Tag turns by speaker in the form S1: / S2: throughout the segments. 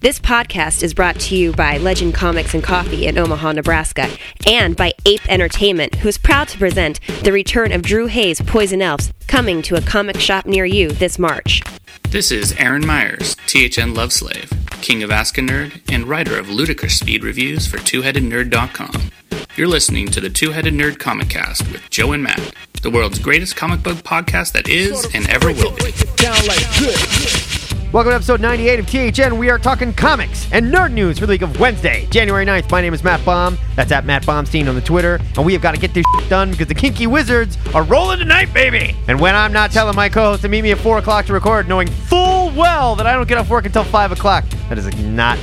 S1: This podcast is brought to you by Legend Comics and Coffee in Omaha, Nebraska, and by Ape Entertainment, who is proud to present the return of Drew Hayes' Poison Elves coming to a comic shop near you this March.
S2: This is Aaron Myers, THN Love Slave, King of Ask a Nerd, and writer of ludicrous speed reviews for TwoHeadedNerd.com. You're listening to the Two Headed Nerd Comic Cast with Joe and Matt, the world's greatest comic book podcast that is and ever will be.
S3: Welcome to episode 98 of THN. We are talking comics and nerd news for the week of Wednesday, January 9th. My name is Matt Baum. That's at Matt Baumstein on the Twitter. And we have got to get this shit done because the Kinky Wizards are rolling tonight, baby. And when I'm not telling my co host to meet me at 4 o'clock to record, knowing full well that I don't get off work until 5 o'clock, that is not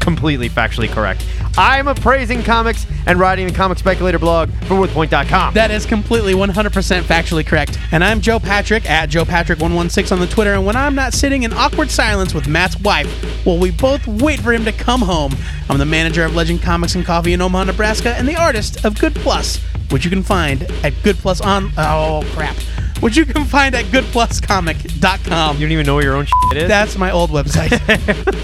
S3: completely factually correct. I'm appraising comics and writing the comic speculator blog for WorthPoint.com.
S4: That is completely 100% factually correct. And I'm Joe Patrick at Joe Patrick116 on the Twitter. And when I'm not sitting in awkward silence with Matt's wife while we both wait for him to come home, I'm the manager of Legend Comics and Coffee in Omaha, Nebraska, and the artist of Good Plus, which you can find at Good Plus on. Oh, crap. Which you can find at goodpluscomic.com.
S3: you don't even know where your own shit is?
S4: That's my old website.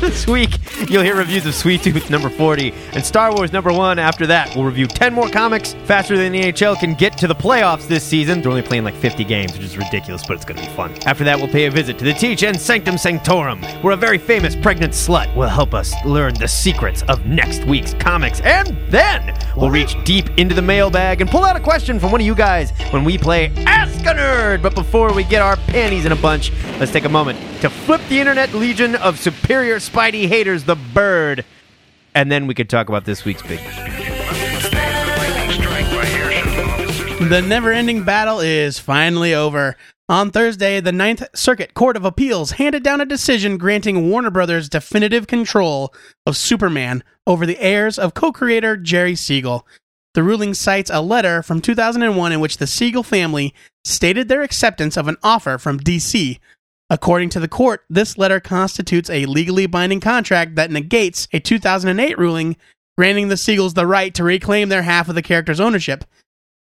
S3: this week, you'll hear reviews of Sweet Tooth number 40 and Star Wars number 1. After that, we'll review 10 more comics faster than the NHL can get to the playoffs this season. They're only playing like 50 games, which is ridiculous, but it's going to be fun. After that, we'll pay a visit to the THN Sanctum Sanctorum, where a very famous pregnant slut will help us learn the secrets of next week's comics. And then, we'll reach deep into the mailbag and pull out a question from one of you guys when we play Ask a Nerd. But before we get our panties in a bunch, let's take a moment to flip the internet legion of superior Spidey haters, the bird. And then we could talk about this week's big.
S4: The never ending battle is finally over. On Thursday, the Ninth Circuit Court of Appeals handed down a decision granting Warner Brothers definitive control of Superman over the heirs of co creator Jerry Siegel. The ruling cites a letter from 2001 in which the Siegel family stated their acceptance of an offer from DC. According to the court, this letter constitutes a legally binding contract that negates a 2008 ruling granting the Siegels the right to reclaim their half of the character's ownership.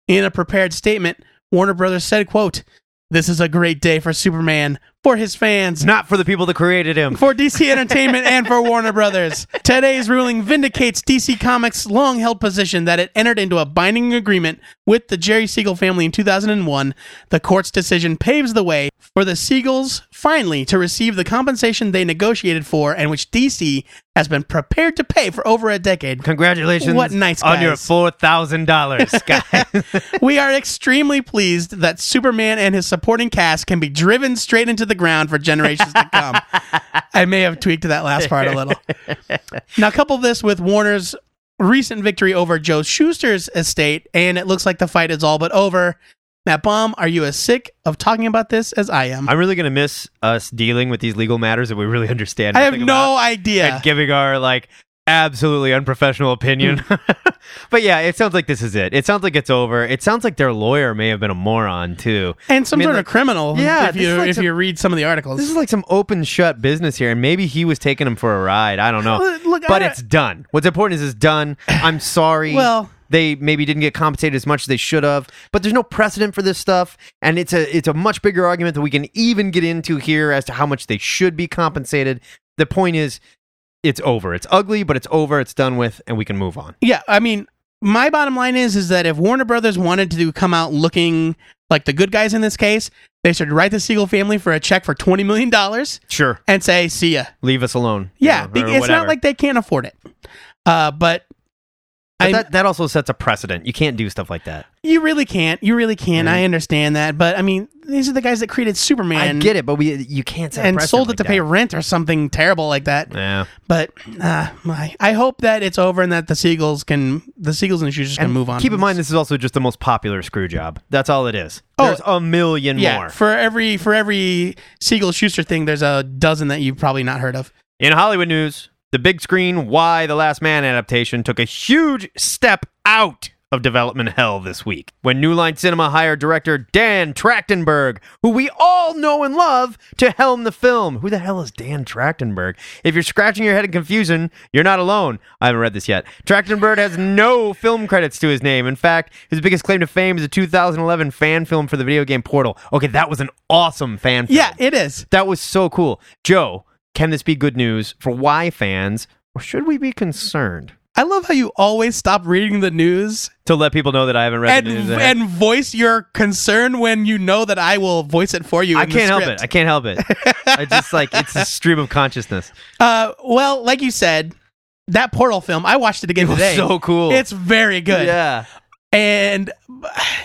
S4: In a prepared statement, Warner Brothers said, quote, This is a great day for Superman, for his fans,
S3: Not for the people that created him.
S4: for DC Entertainment, and for Warner Brothers. Today's ruling vindicates DC Comics' long held position that it entered into a binding agreement with the Jerry Siegel family in 2001. The court's decision paves the way for the Siegels finally to receive the compensation they negotiated for and which DC has been prepared to pay for over a decade.
S3: Congratulations
S4: What nice
S3: on your
S4: guys.
S3: $4,000, guys.
S4: We are extremely pleased that Superman and his supporting cast can be driven straight into the ground for generations to come. I may have tweaked that last part a little. Now, couple this with Warner's recent victory over Joe Schuster's estate, and it looks like the fight is all but over. Matt Baum, are you as sick of talking about this as I am?
S3: I'm really going to miss us dealing with these legal matters that we really understand.
S4: I have
S3: nothing about.
S4: no idea.
S3: and giving our like absolutely unprofessional opinion.
S4: Mm.
S3: but yeah, it sounds like this is it. It sounds like it's over. It sounds like their lawyer may have been a moron too.
S4: And
S3: I
S4: some
S3: mean,
S4: sort
S3: like-
S4: of criminal,
S3: Yeah, this
S4: if
S3: is
S4: you
S3: like
S4: if
S3: some-
S4: you read some of the articles.
S3: This is like some open shut business here, and maybe he was taking him for a ride. I don't know.
S4: Well, look, I
S3: but
S4: don't-
S3: it's done. What's important is it's done. I'm sorry.
S4: Well-
S3: they maybe didn't get compensated as much as they should have, but there's no precedent for this stuff, and it's a it's a much bigger argument that we can even get into here as to how much they should be compensated. The point is, it's over. It's ugly, but it's over. It's done with, and we can move on.
S4: Yeah, I mean, my bottom line is is that if Warner Brothers wanted to come out looking like the good guys in this case, they should write the Siegel family for a check for twenty million dollars
S3: Sure,
S4: and say, "See ya."
S3: leave us alone. you
S4: Yeah,
S3: know,
S4: be-
S3: or
S4: it's
S3: whatever.
S4: not like they can't afford it. Uh, but
S3: But
S4: I,
S3: that. That also sets a precedent. You can't do stuff like that.
S4: you really can't. You really can't.
S3: Mhm.
S4: I understand that, but I mean, these are the guys that created Superman
S3: I get it, but we you can't set a
S4: and
S3: precedent
S4: sold
S3: like
S4: it to pay rent or something terrible like that.
S3: that. Yeah.
S4: But uh, my, I hope that it's over and that the Seagulls can, the Seagulls and the Shooters can
S3: And
S4: move on.
S3: Keep
S4: from
S3: in
S4: this.
S3: mind, this is also just the most popular screw job. That's all it is.
S4: Oh,
S3: There's a million more.
S4: for every for every Siegel Schuster thing, there's a dozen that you've probably not heard of.
S3: in Hollywood news, the big screen Why the Last Man adaptation took a huge step out of development hell this week when New Line Cinema hired director Dan Trachtenberg, who we all know and love, to helm the film. Who the hell is Dan Trachtenberg? If you're scratching your head in confusion, you're not alone. I haven't read this yet. Trachtenberg has no film credits to his name. In fact, his biggest claim to fame is a 2011 fan film for the video game Portal. Okay, that was an awesome fan film.
S4: Yeah, it is.
S3: That was so cool. Joe, Can this be good news for Y fans, or should we be concerned?
S4: I love how you always stop reading the news
S3: To let people know that I haven't read
S4: and
S3: the news. ahead.
S4: and voice your concern when you know that I will voice it for you.
S3: I
S4: in the
S3: can't help it.
S4: script.
S3: I can't help it. I just like it's a stream of consciousness.
S4: Uh, well, like you said, that Portal film, I watched it again
S3: It was
S4: today.
S3: so cool.
S4: It's very good.
S3: Yeah.
S4: And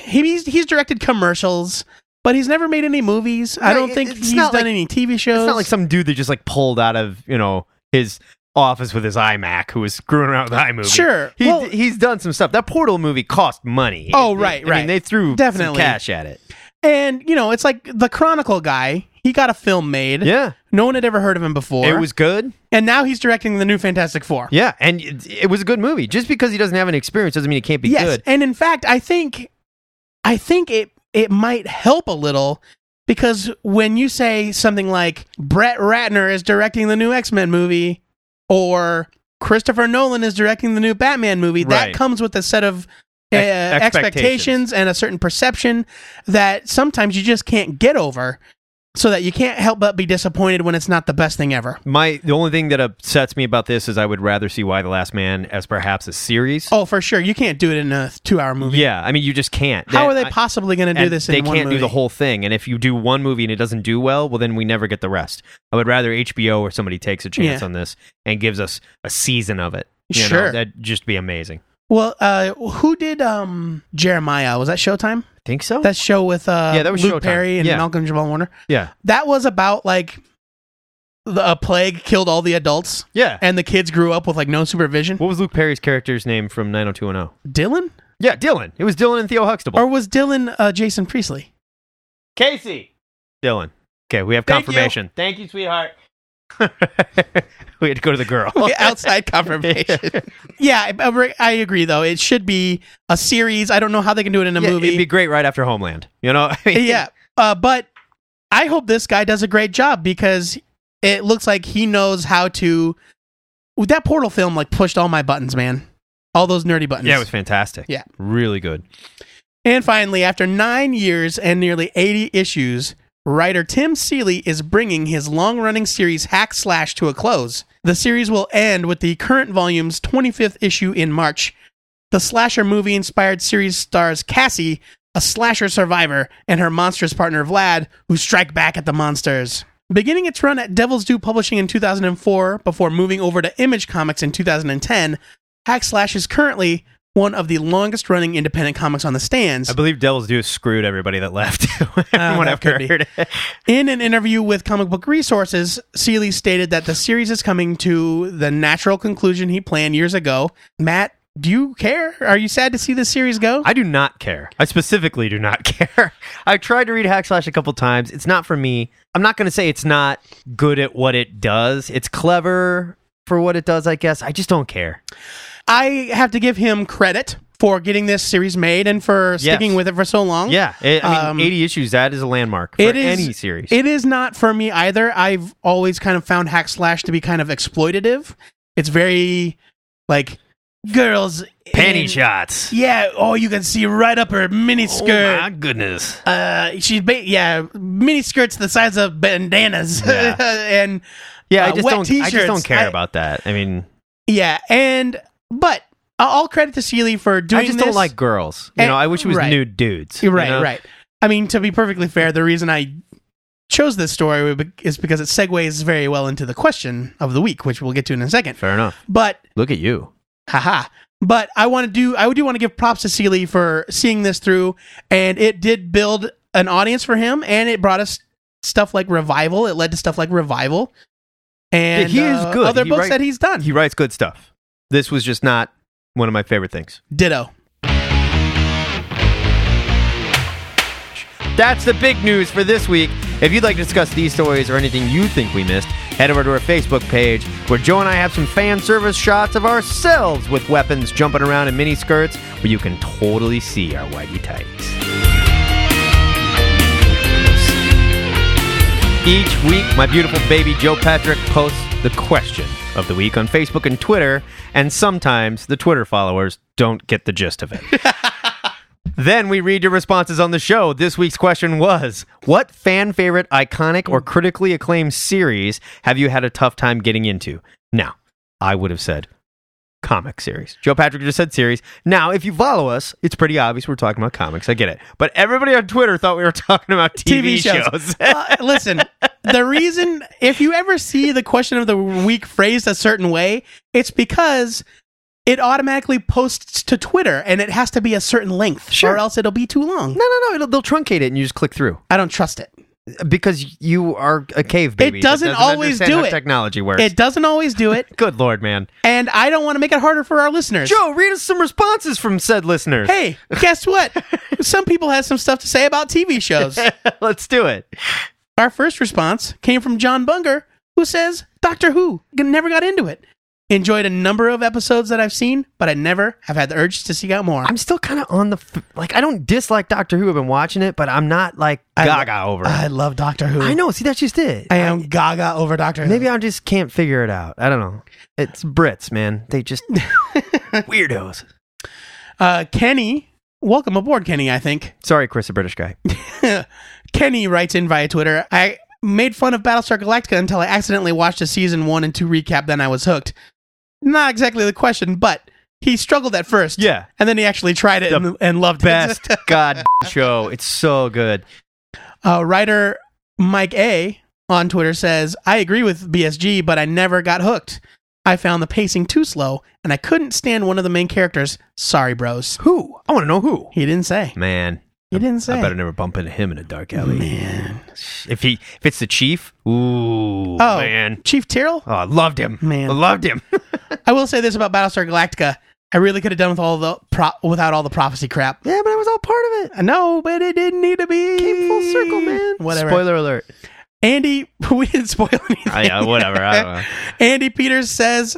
S4: he- he's he's directed commercials, but he's never made any movies. I
S3: Right,
S4: don't
S3: it-
S4: think
S3: it's
S4: he's done
S3: not like-
S4: any TV shows.
S3: It's not like some dude that just like pulled out of you know his office with his iMac who was screwing around with iMovie.
S4: Sure.
S3: he,
S4: Well-
S3: he's done some stuff. That Portal movie cost money. It-
S4: Oh,
S3: it-
S4: right,
S3: I
S4: right.
S3: mean, they threw
S4: Definitely.
S3: some cash at it.
S4: and you know, it's like the Chronicle guy. He got a film made.
S3: Yeah,
S4: No one had ever heard of him before.
S3: it was good.
S4: and now he's directing the new Fantastic Four.
S3: Yeah, and it, it was a good movie. Just because he doesn't have any experience doesn't mean it can't be
S4: yes.
S3: good.
S4: And in fact, I think I think it it might help a little because when you say something like Brett Ratner is directing the new X-Men movie or Christopher Nolan is directing the new Batman movie, that
S3: Right.
S4: comes with a set of uh,
S3: Ex-
S4: expectations
S3: expectations.
S4: and a certain perception that sometimes you just can't get over so that you can't help but be disappointed when it's not the best thing ever.
S3: My the only thing that upsets me about this is I would rather see Why the Last Man as perhaps a series.
S4: Oh, for sure. You can't do it in a 2-hour movie.
S3: Yeah, I mean you just can't.
S4: How are they
S3: I-
S4: possibly going to do
S3: and
S4: this in
S3: they
S4: one
S3: can't
S4: movie?
S3: do the whole thing and if you do one movie and it doesn't do well well then we never get the rest i would rather hbo or somebody takes a chance
S4: Yeah.
S3: on this and gives us a season of it you know?
S4: Sure.
S3: that'd just be amazing
S4: Well, uh, who did um, Jeremiah? Was that Showtime?
S3: think so
S4: That show with uh,
S3: Yeah, that was
S4: Luke
S3: Showtime.
S4: Perry and
S3: Yeah.
S4: Malcolm Jamal Warner.
S3: yeah
S4: That was about like the, a plague killed all the adults,
S3: yeah
S4: and the kids grew up with like no supervision.
S3: what was luke perry's character's name from 90210
S4: Dylan,
S3: yeah dylan it was dylan and theo huxtable
S4: or was Dylan uh, Jason Priestley?
S3: casey dylan okay we have
S4: Thank you.
S3: confirmation thank you sweetheart we had to go to the girl
S4: Outside confirmation. yeah, I, I agree. Though it should be a series. I don't know how they can do it in a
S3: Yeah,
S4: movie.
S3: it'd be great right after homeland you know I mean,
S4: yeah. Uh, but I hope this guy does a great job because it looks like he knows how to. With that Portal film, like pushed all my buttons, man. All those nerdy buttons.
S3: yeah it was fantastic
S4: Yeah.
S3: really good
S4: and finally, after nine years and nearly 80 issues, writer Tim Seeley is bringing his long running series Hack Slash to a close. The series will end with the current volume's 25th issue in March. The slasher movie inspired series stars Cassie, a slasher survivor, and her monstrous partner Vlad, who strike back at the monsters. Beginning its run at Devil's Due Publishing in 2004 before moving over to Image Comics in 2010, Hack Slash is currently one of the longest running independent comics on the stands.
S3: I believe Devil's Due screwed everybody that left. Everyone
S4: that
S3: I've
S4: could be.
S3: heard.
S4: In an interview with Comic Book Resources, Seeley stated that the series is coming to the natural conclusion he planned years ago. Matt, do you care? Are you sad to see this series go?
S3: I do not care. I specifically do not care. I tried to read Hack Slash a couple times. It's not for me. I'm not going to say it's not good at what it does. It's clever for what it does, I guess. I just don't care.
S4: I have to give him credit for getting this series made and for sticking with it for so long.
S3: Yeah, I- I mean,
S4: Um,
S3: 80 issues. That is a landmark for
S4: It is
S3: any series.
S4: It is not for me either. I've always kind of found hack slash to be kind of exploitative. It's very like girls
S3: Panty
S4: in-
S3: shots.
S4: Yeah, oh, you can see right up her mini
S3: Oh my
S4: skirt.
S3: goodness.
S4: uh, she's ba- yeah, mini skirts the size of bandanas,
S3: Yeah.
S4: and
S3: Yeah,
S4: uh,
S3: I just
S4: wet
S3: don't. I
S4: t-shirts.
S3: just don't care
S4: I-
S3: about that. I mean,
S4: yeah, and but uh, all credit to Seeley for doing.
S3: I just
S4: this.
S3: don't like girls. You
S4: And-
S3: know, I wish it was
S4: right.
S3: nude dudes. you
S4: You're right,
S3: know?
S4: right. I mean, to be perfectly fair, the reason I chose this story would be- is because it segues very well into the question of the week, which we'll get to in a second.
S3: Fair enough.
S4: But
S3: Look at you.
S4: haha. But I want to do I do want to give props to Seeley for seeing this through, and it did build an audience for him, and it brought us stuff like revival. It led to stuff like revival, and
S3: he is
S4: uh,
S3: good.
S4: Other
S3: He
S4: books
S3: write-
S4: that he's done,
S3: He writes good stuff. This was just not one of my favorite things.
S4: ditto.
S3: That's the big news for this week. If you'd like to discuss these stories or anything you think we missed, head over to our Facebook page where Joe and I have some fan service shots of ourselves with weapons jumping around in mini skirts where you can totally see our whitey tights. Each week, my beautiful baby Joe Patrick posts the question of the week on Facebook and Twitter, and sometimes the Twitter followers don't get the gist of it. Then we read your responses on the show. This week's question was What fan favorite, iconic, or critically acclaimed series have you had a tough time getting into? Now, I would have said comic series. Joe Patrick just said series. Now, if you follow us, it's pretty obvious we're talking about comics. I get it. But everybody on Twitter thought we were talking about TV, shows.
S4: Uh, listen, the reason if you ever see the question of the week phrased a certain way, it's because it automatically posts to Twitter and it has to be a certain length,
S3: Sure.
S4: or else it'll be too long.
S3: no, no, no. It'll, they'll truncate it and you just click through
S4: I don't trust it.
S3: because you are a cave baby. that
S4: doesn't always
S3: understand
S4: do
S3: how
S4: it.
S3: Technology works.
S4: It doesn't always do it,
S3: Good lord, man.
S4: and I don't want to make it harder for our listeners.
S3: Joe, read us some responses from said listeners.
S4: Hey, guess what? Some people have some stuff to say about TV shows.
S3: Let's do it.
S4: Our first response came from John Bunger, who says, Doctor Who, g- never got into it. Enjoyed a number of episodes that I've seen, but I never have had the urge to seek out more.
S3: I'm still kind of on the f- like. I don't dislike Doctor Who. I've been watching it, but I'm not like
S4: I lo-
S3: gaga over it.
S4: I love Doctor Who.
S3: I know. See, that's just it.
S4: I am gaga over Doctor Who.
S3: Maybe I just can't figure it out. I don't know. It's Brits, man. They just weirdos.
S4: Uh, Kenny, welcome aboard, Kenny, I think.
S3: Sorry, Chris, a British guy.
S4: Kenny writes in via Twitter, I made fun of Battlestar Galactica until I accidentally watched a season one and two recap, then I was hooked. Not exactly the question, but he struggled at first.
S3: Yeah.
S4: And then he actually tried it
S3: The
S4: and, and loved it.
S3: Best god show. It's so good.
S4: Uh, writer Mike A on Twitter says, I agree with BSG, but I never got hooked. I found the pacing too slow, and I couldn't stand one of the main characters. Sorry, bros.
S3: Who? I want to know who.
S4: He didn't say.
S3: Man,
S4: He didn't say.
S3: I better never bump into him in a dark alley.
S4: Man.
S3: If he, if it's the chief, ooh,
S4: Oh,
S3: man.
S4: Chief Tyrrell?
S3: Oh, I loved him.
S4: Man.
S3: I loved him.
S4: I will say this about Battlestar Galactica. I really could have done with all the pro- without all the prophecy crap.
S3: yeah, but I was all part of it.
S4: I know, but it didn't need to be.
S3: Came full circle, man.
S4: Whatever.
S3: Spoiler alert.
S4: Andy, we didn't spoil anything.
S3: I, uh, whatever. I don't know.
S4: Andy Peters says,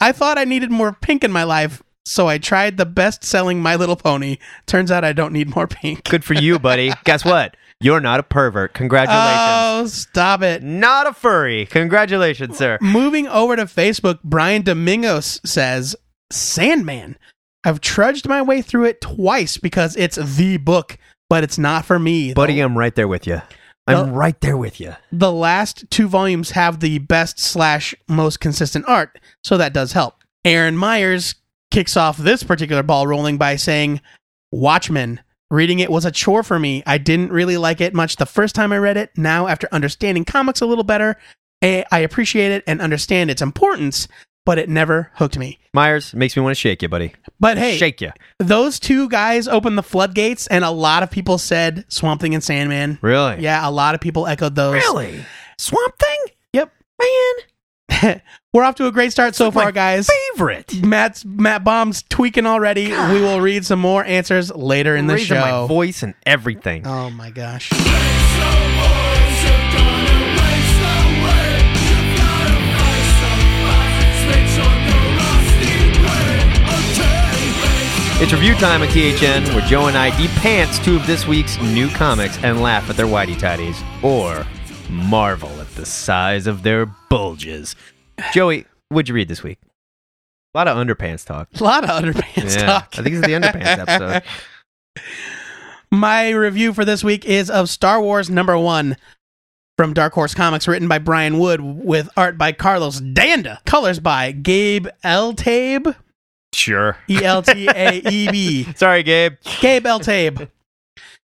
S4: I thought I needed more pink in my life, so I tried the best selling My Little Pony. Turns out I don't need more pink.
S3: Good for you, buddy. Guess what? You're not a pervert. Congratulations.
S4: Oh, stop it.
S3: not a furry. Congratulations, sir.
S4: Moving over to Facebook, Brian Domingos says, Sandman. I've trudged my way through it twice because it's the book, but it's not for me.
S3: Buddy, I'm right there with you. I'm
S4: Well-
S3: right there with you.
S4: the last two volumes have the best slash most consistent art, so that does help. Aaron Myers kicks off this particular ball rolling by saying, Watchmen. Reading it was a chore for me. I didn't really like it much the first time I read it. Now, after understanding comics a little better, eh, I appreciate it and understand its importance, but it never hooked me.
S3: Myers makes me want to shake you, buddy.
S4: But hey,
S3: shake you.
S4: those two guys opened the floodgates, and a lot of people said Swamp Thing and Sandman.
S3: Really?
S4: Yeah, a lot of people echoed those.
S3: Really? Swamp Thing?
S4: Yep.
S3: Man,
S4: We're off to a great start so
S3: It's like
S4: far,
S3: my
S4: guys.
S3: favorite.
S4: Matt's Matt Bomb's tweaking already. We will read some more answers later in the
S3: Raising my
S4: show.
S3: voice and everything.
S4: Oh my gosh.
S3: It's review time at THN, where Joe and I depants two of this week's new comics and laugh at their whitey tidies, or marvel at the size of their bulges. Joey, what'd you read this week? A lot of underpants talk.
S4: A lot of underpants
S3: Yeah,
S4: talk.
S3: I think it's the underpants episode.
S4: My review for this week is of Star Wars number one from Dark Horse Comics, written by Brian Wood, with art by Carlos Danda, colors by Gabe Eltabe,
S3: Sure.
S4: E L T A E B.
S3: Sorry, Gabe.
S4: Gabe Eltabe.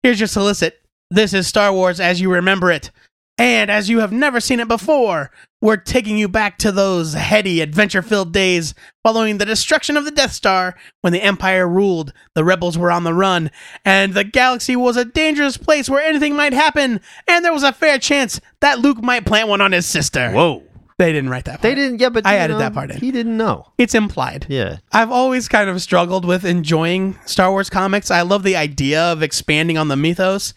S4: Here's your solicit. This is Star Wars as you remember it. And as you have never seen it before, we're taking you back to those heady, adventure filled days following the destruction of the Death Star when the Empire ruled, the rebels were on the run, and the galaxy was a dangerous place where anything might happen, and there was a fair chance that Luke might plant one on his sister.
S3: Whoa.
S4: They didn't write that part.
S3: They didn't. Yeah, but
S4: I
S3: you
S4: added
S3: know,
S4: that part in.
S3: He didn't know.
S4: It's implied.
S3: Yeah.
S4: I've always kind of struggled with enjoying Star Wars comics. I love the idea of expanding on the mythos,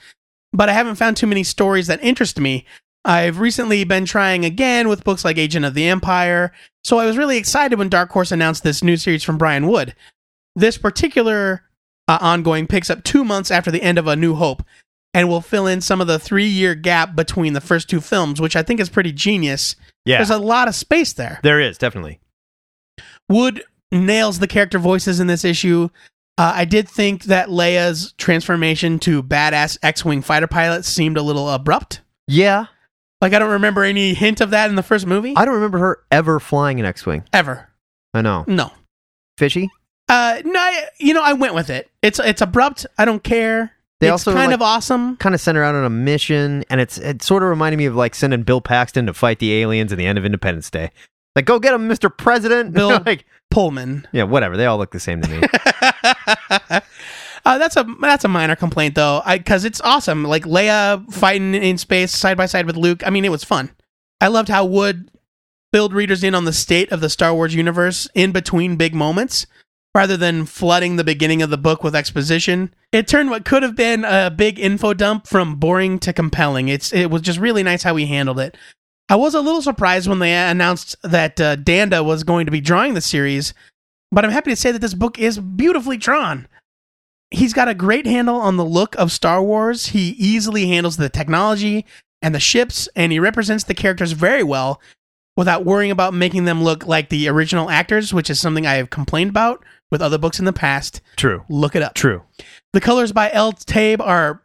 S4: but I haven't found too many stories that interest me. I've recently been trying again with books like Agent of the Empire, so I was really excited when Dark Horse announced this new series from Brian Wood. This particular uh, ongoing picks up two months after the end of A New Hope and will fill in some of the three year gap between the first two films, which I think is pretty genius.
S3: Yeah.
S4: There's a lot of space there.
S3: there is definitely.
S4: Wood nails the character voices in this issue. Uh, I did think that Leia's transformation to badass X-wing fighter pilot seemed a little abrupt.
S3: Yeah,
S4: Like I don't remember any hint of that in the first movie
S3: I don't remember her ever flying an X-wing.
S4: ever.
S3: I know,
S4: No,
S3: fishy.
S4: uh, no. I, you know, I went with it. It's it's abrupt. I don't care.
S3: They
S4: it's
S3: also,
S4: kind
S3: like-
S4: of awesome.
S3: Kind of sent her out on a mission, and it's it sort of reminded me of like sending Bill Paxton to fight the aliens at the end of Independence Day. Like, go get him, Mister President.
S4: Bill-
S3: like,
S4: Pullman.
S3: yeah, whatever. They all look the same to me.
S4: uh, that's a that's a minor complaint though, because it's awesome. Like Leia fighting in space side by side with Luke. I mean, it was fun. I loved how Wood filled readers in on the state of the Star Wars universe in between big moments, rather than flooding the beginning of the book with exposition. It turned what could have been a big info dump from boring to compelling. It's it was just really nice how he handled it. I was a little surprised when they announced that uh, Danda was going to be drawing the series but I'm happy to say that this book is beautifully drawn. He's got a great handle on the look of Star Wars. He easily handles the technology and the ships, and he represents the characters very well without worrying about making them look like the original actors, which is something I have complained about with other books in the past.
S3: True.
S4: Look it up.
S3: True.
S4: The colors by El Tabe are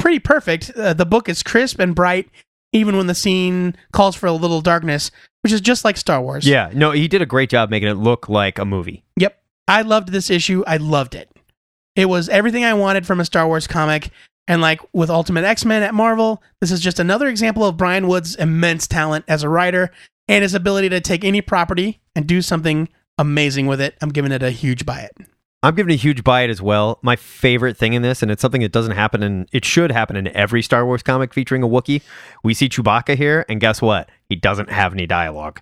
S4: pretty perfect. Uh, the book is crisp and bright, even when the scene calls for a little darkness, which is just like Star Wars.
S3: Yeah. No, he did a great job making it look like a movie.
S4: Yep. I loved this issue. I loved it. It was everything I wanted from a Star Wars comic. And like with Ultimate X Men at Marvel, this is just another example of Brian Wood's immense talent as a writer and his ability to take any property and do something amazing with it. I'm giving it a huge buy it.
S3: I'm giving a huge buy it as well. My favorite thing in this, and it's something that doesn't happen in, it should happen in every Star Wars comic featuring a Wookiee. We see Chewbacca here, and guess what? He doesn't have any dialogue.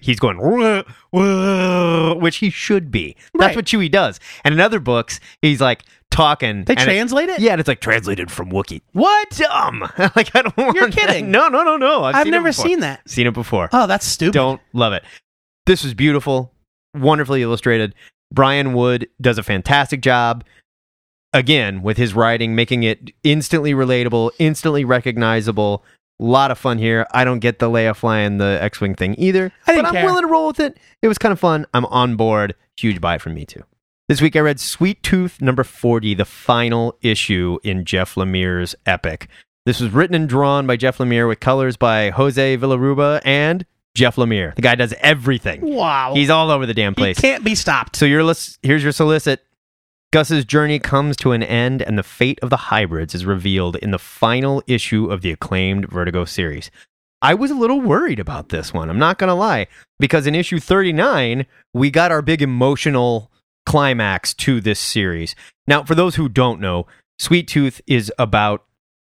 S3: He's going, "Wah, wah," which he should be. That's
S4: Right.
S3: what Chewie does. And in other books, he's like talking.
S4: They
S3: and it-
S4: translate it?
S3: yeah, and it's like translated from Wookiee.
S4: What?
S3: Dumb. like I don't. Want
S4: You're
S3: that.
S4: kidding.
S3: No, no, no, no. I've,
S4: I've
S3: seen it
S4: never
S3: before.
S4: seen that.
S3: Seen it before.
S4: Oh, that's stupid.
S3: Don't love it. This was beautiful, wonderfully illustrated. Brian Wood does a fantastic job. Again, with his writing, making it instantly relatable, instantly recognizable. A lot of fun here. I don't get the Leia flying the X Wing thing either.
S4: I didn't
S3: but I'm
S4: care.
S3: willing to roll with it. It was kind of fun. I'm on board. Huge buy from me, too. This week I read Sweet Tooth number 40, the final issue in Jeff Lemire's epic. This was written and drawn by Jeff Lemire with colors by Jose Villaruba and Jeff Lemire. The guy does everything.
S4: Wow.
S3: He's all over the damn
S4: he
S3: place.
S4: can't be stopped.
S3: So your list, here's your solicit. Gus's journey comes to an end, and the fate of the hybrids is revealed in the final issue of the acclaimed Vertigo series. I was a little worried about this one. I'm not going to lie, because in issue 39, we got our big emotional climax to this series. Now, for those who don't know, Sweet Tooth is about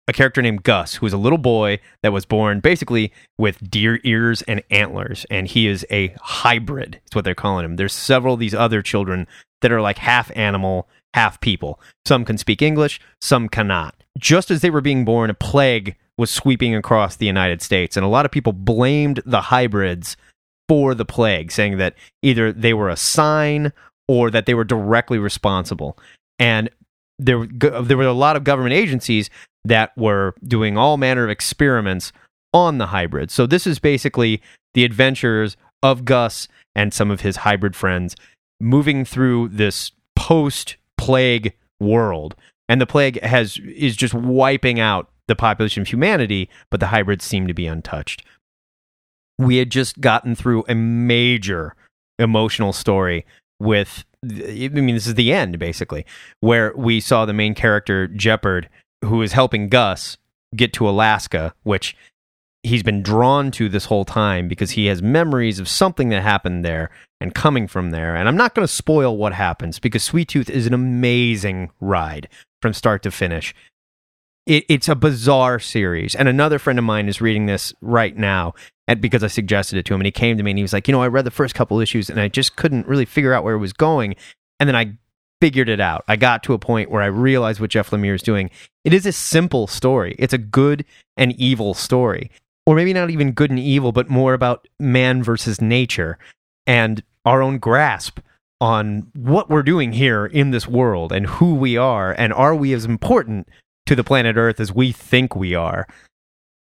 S3: a character named Gus, who is a little boy that was born basically with deer ears and antlers, and he is a hybrid. Is what they're calling him. There's several of these other children that are like half animal, half people. Some can speak English, some cannot. Just as they were being born, a plague was sweeping across the United States, and a lot of people blamed the hybrids for the plague, saying that either they were a sign or that they were directly responsible. And there, were go- there were a lot of government agencies that were doing all manner of experiments on the hybrid. So this is basically the adventures of Gus and some of his hybrid friends moving through this post plague world. And the plague has is just wiping out the population of humanity, but the hybrids seem to be untouched. We had just gotten through a major emotional story with I mean this is the end basically where we saw the main character Jeopard who is helping Gus get to Alaska, which he's been drawn to this whole time because he has memories of something that happened there and coming from there. And I'm not going to spoil what happens because Sweet Tooth is an amazing ride from start to finish. It, it's a bizarre series. And another friend of mine is reading this right now and because I suggested it to him. And he came to me and he was like, You know, I read the first couple issues and I just couldn't really figure out where it was going. And then I figured it out. I got to a point where I realized what Jeff Lemire is doing. It is a simple story. It's a good and evil story. Or maybe not even good and evil, but more about man versus nature and our own grasp on what we're doing here in this world and who we are and are we as important to the planet Earth as we think we are.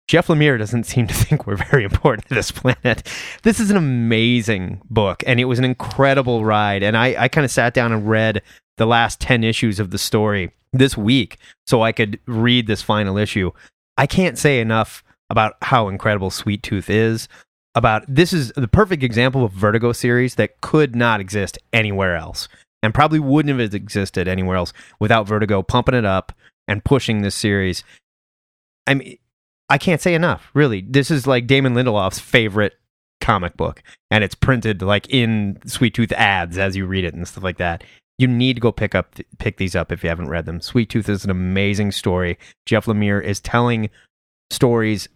S3: Jeff Lemire doesn't seem to think we're very important to this planet. This is an amazing book, and it was an incredible ride. And I, I kind of sat down and read the last 10 issues of the story this week so I could read this final issue. I can't say enough about how incredible Sweet Tooth is. About this is the perfect example of a Vertigo series that could not exist anywhere else and probably wouldn't have existed anywhere else without Vertigo pumping it up and pushing this series. I mean, I can't say enough, really. This is like Damon Lindelof's favorite comic book, and it's printed like in Sweet Tooth ads as you read it and stuff like that. You need to go pick up pick these up if you haven't read them. Sweet Tooth is an amazing story. Jeff Lemire is telling stories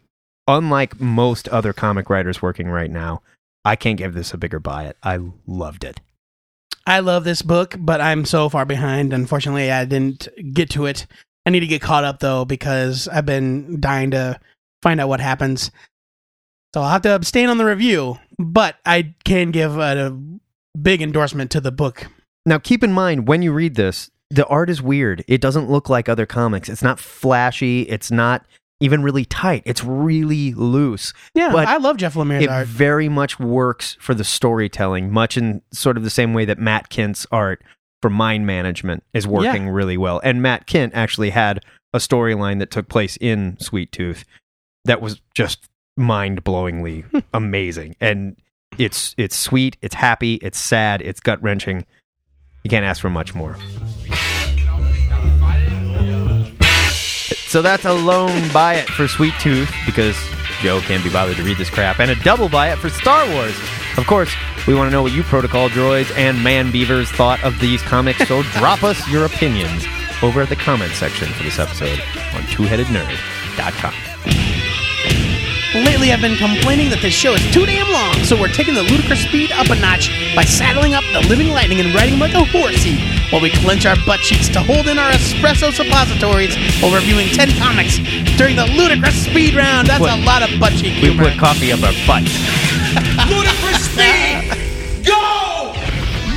S3: unlike most other comic writers working right now. I can't give this a bigger buy it. I loved it.
S5: I love this book, but I'm so far behind. Unfortunately, I didn't get to it. I need to get caught up though because I've been dying to find out what happens. So I'll have to abstain on the review, but I can give a, a big endorsement to the book.
S3: Now, keep in mind when you read this, the art is weird. It doesn't look like other comics. It's not flashy. It's not even really tight. It's really loose.
S5: Yeah,
S3: But
S5: I love Jeff Lemire's
S3: it
S5: art.
S3: very much works for the storytelling, much in sort of the same way that Matt Kent's art for mind management is working really well. And Matt Kent actually had a storyline that took place in Sweet Tooth that was just mind blowingly amazing. And it's it's sweet, it's happy, it's sad, it's gut wrenching. You can't ask for much more. So that's a lone buy it for Sweet Tooth because Joe can't be bothered to read this crap, and a double buy it for Star Wars. Of course, we want to know what you protocol droids and man beavers thought of these comics, so drop us your opinions over at the comment section for this episode on twoheadednerd.com.
S5: Lately, I've been complaining that this show is too damn long, so we're taking the ludicrous speed up a notch by saddling up the living lightning and riding like a horsey while we clench our butt cheeks to hold in our espresso suppositories while reviewing 10 comics during the ludicrous speed round. That's a
S3: Put-
S5: lot of butt cheek
S3: We
S5: humor.
S3: put coffee up our butts.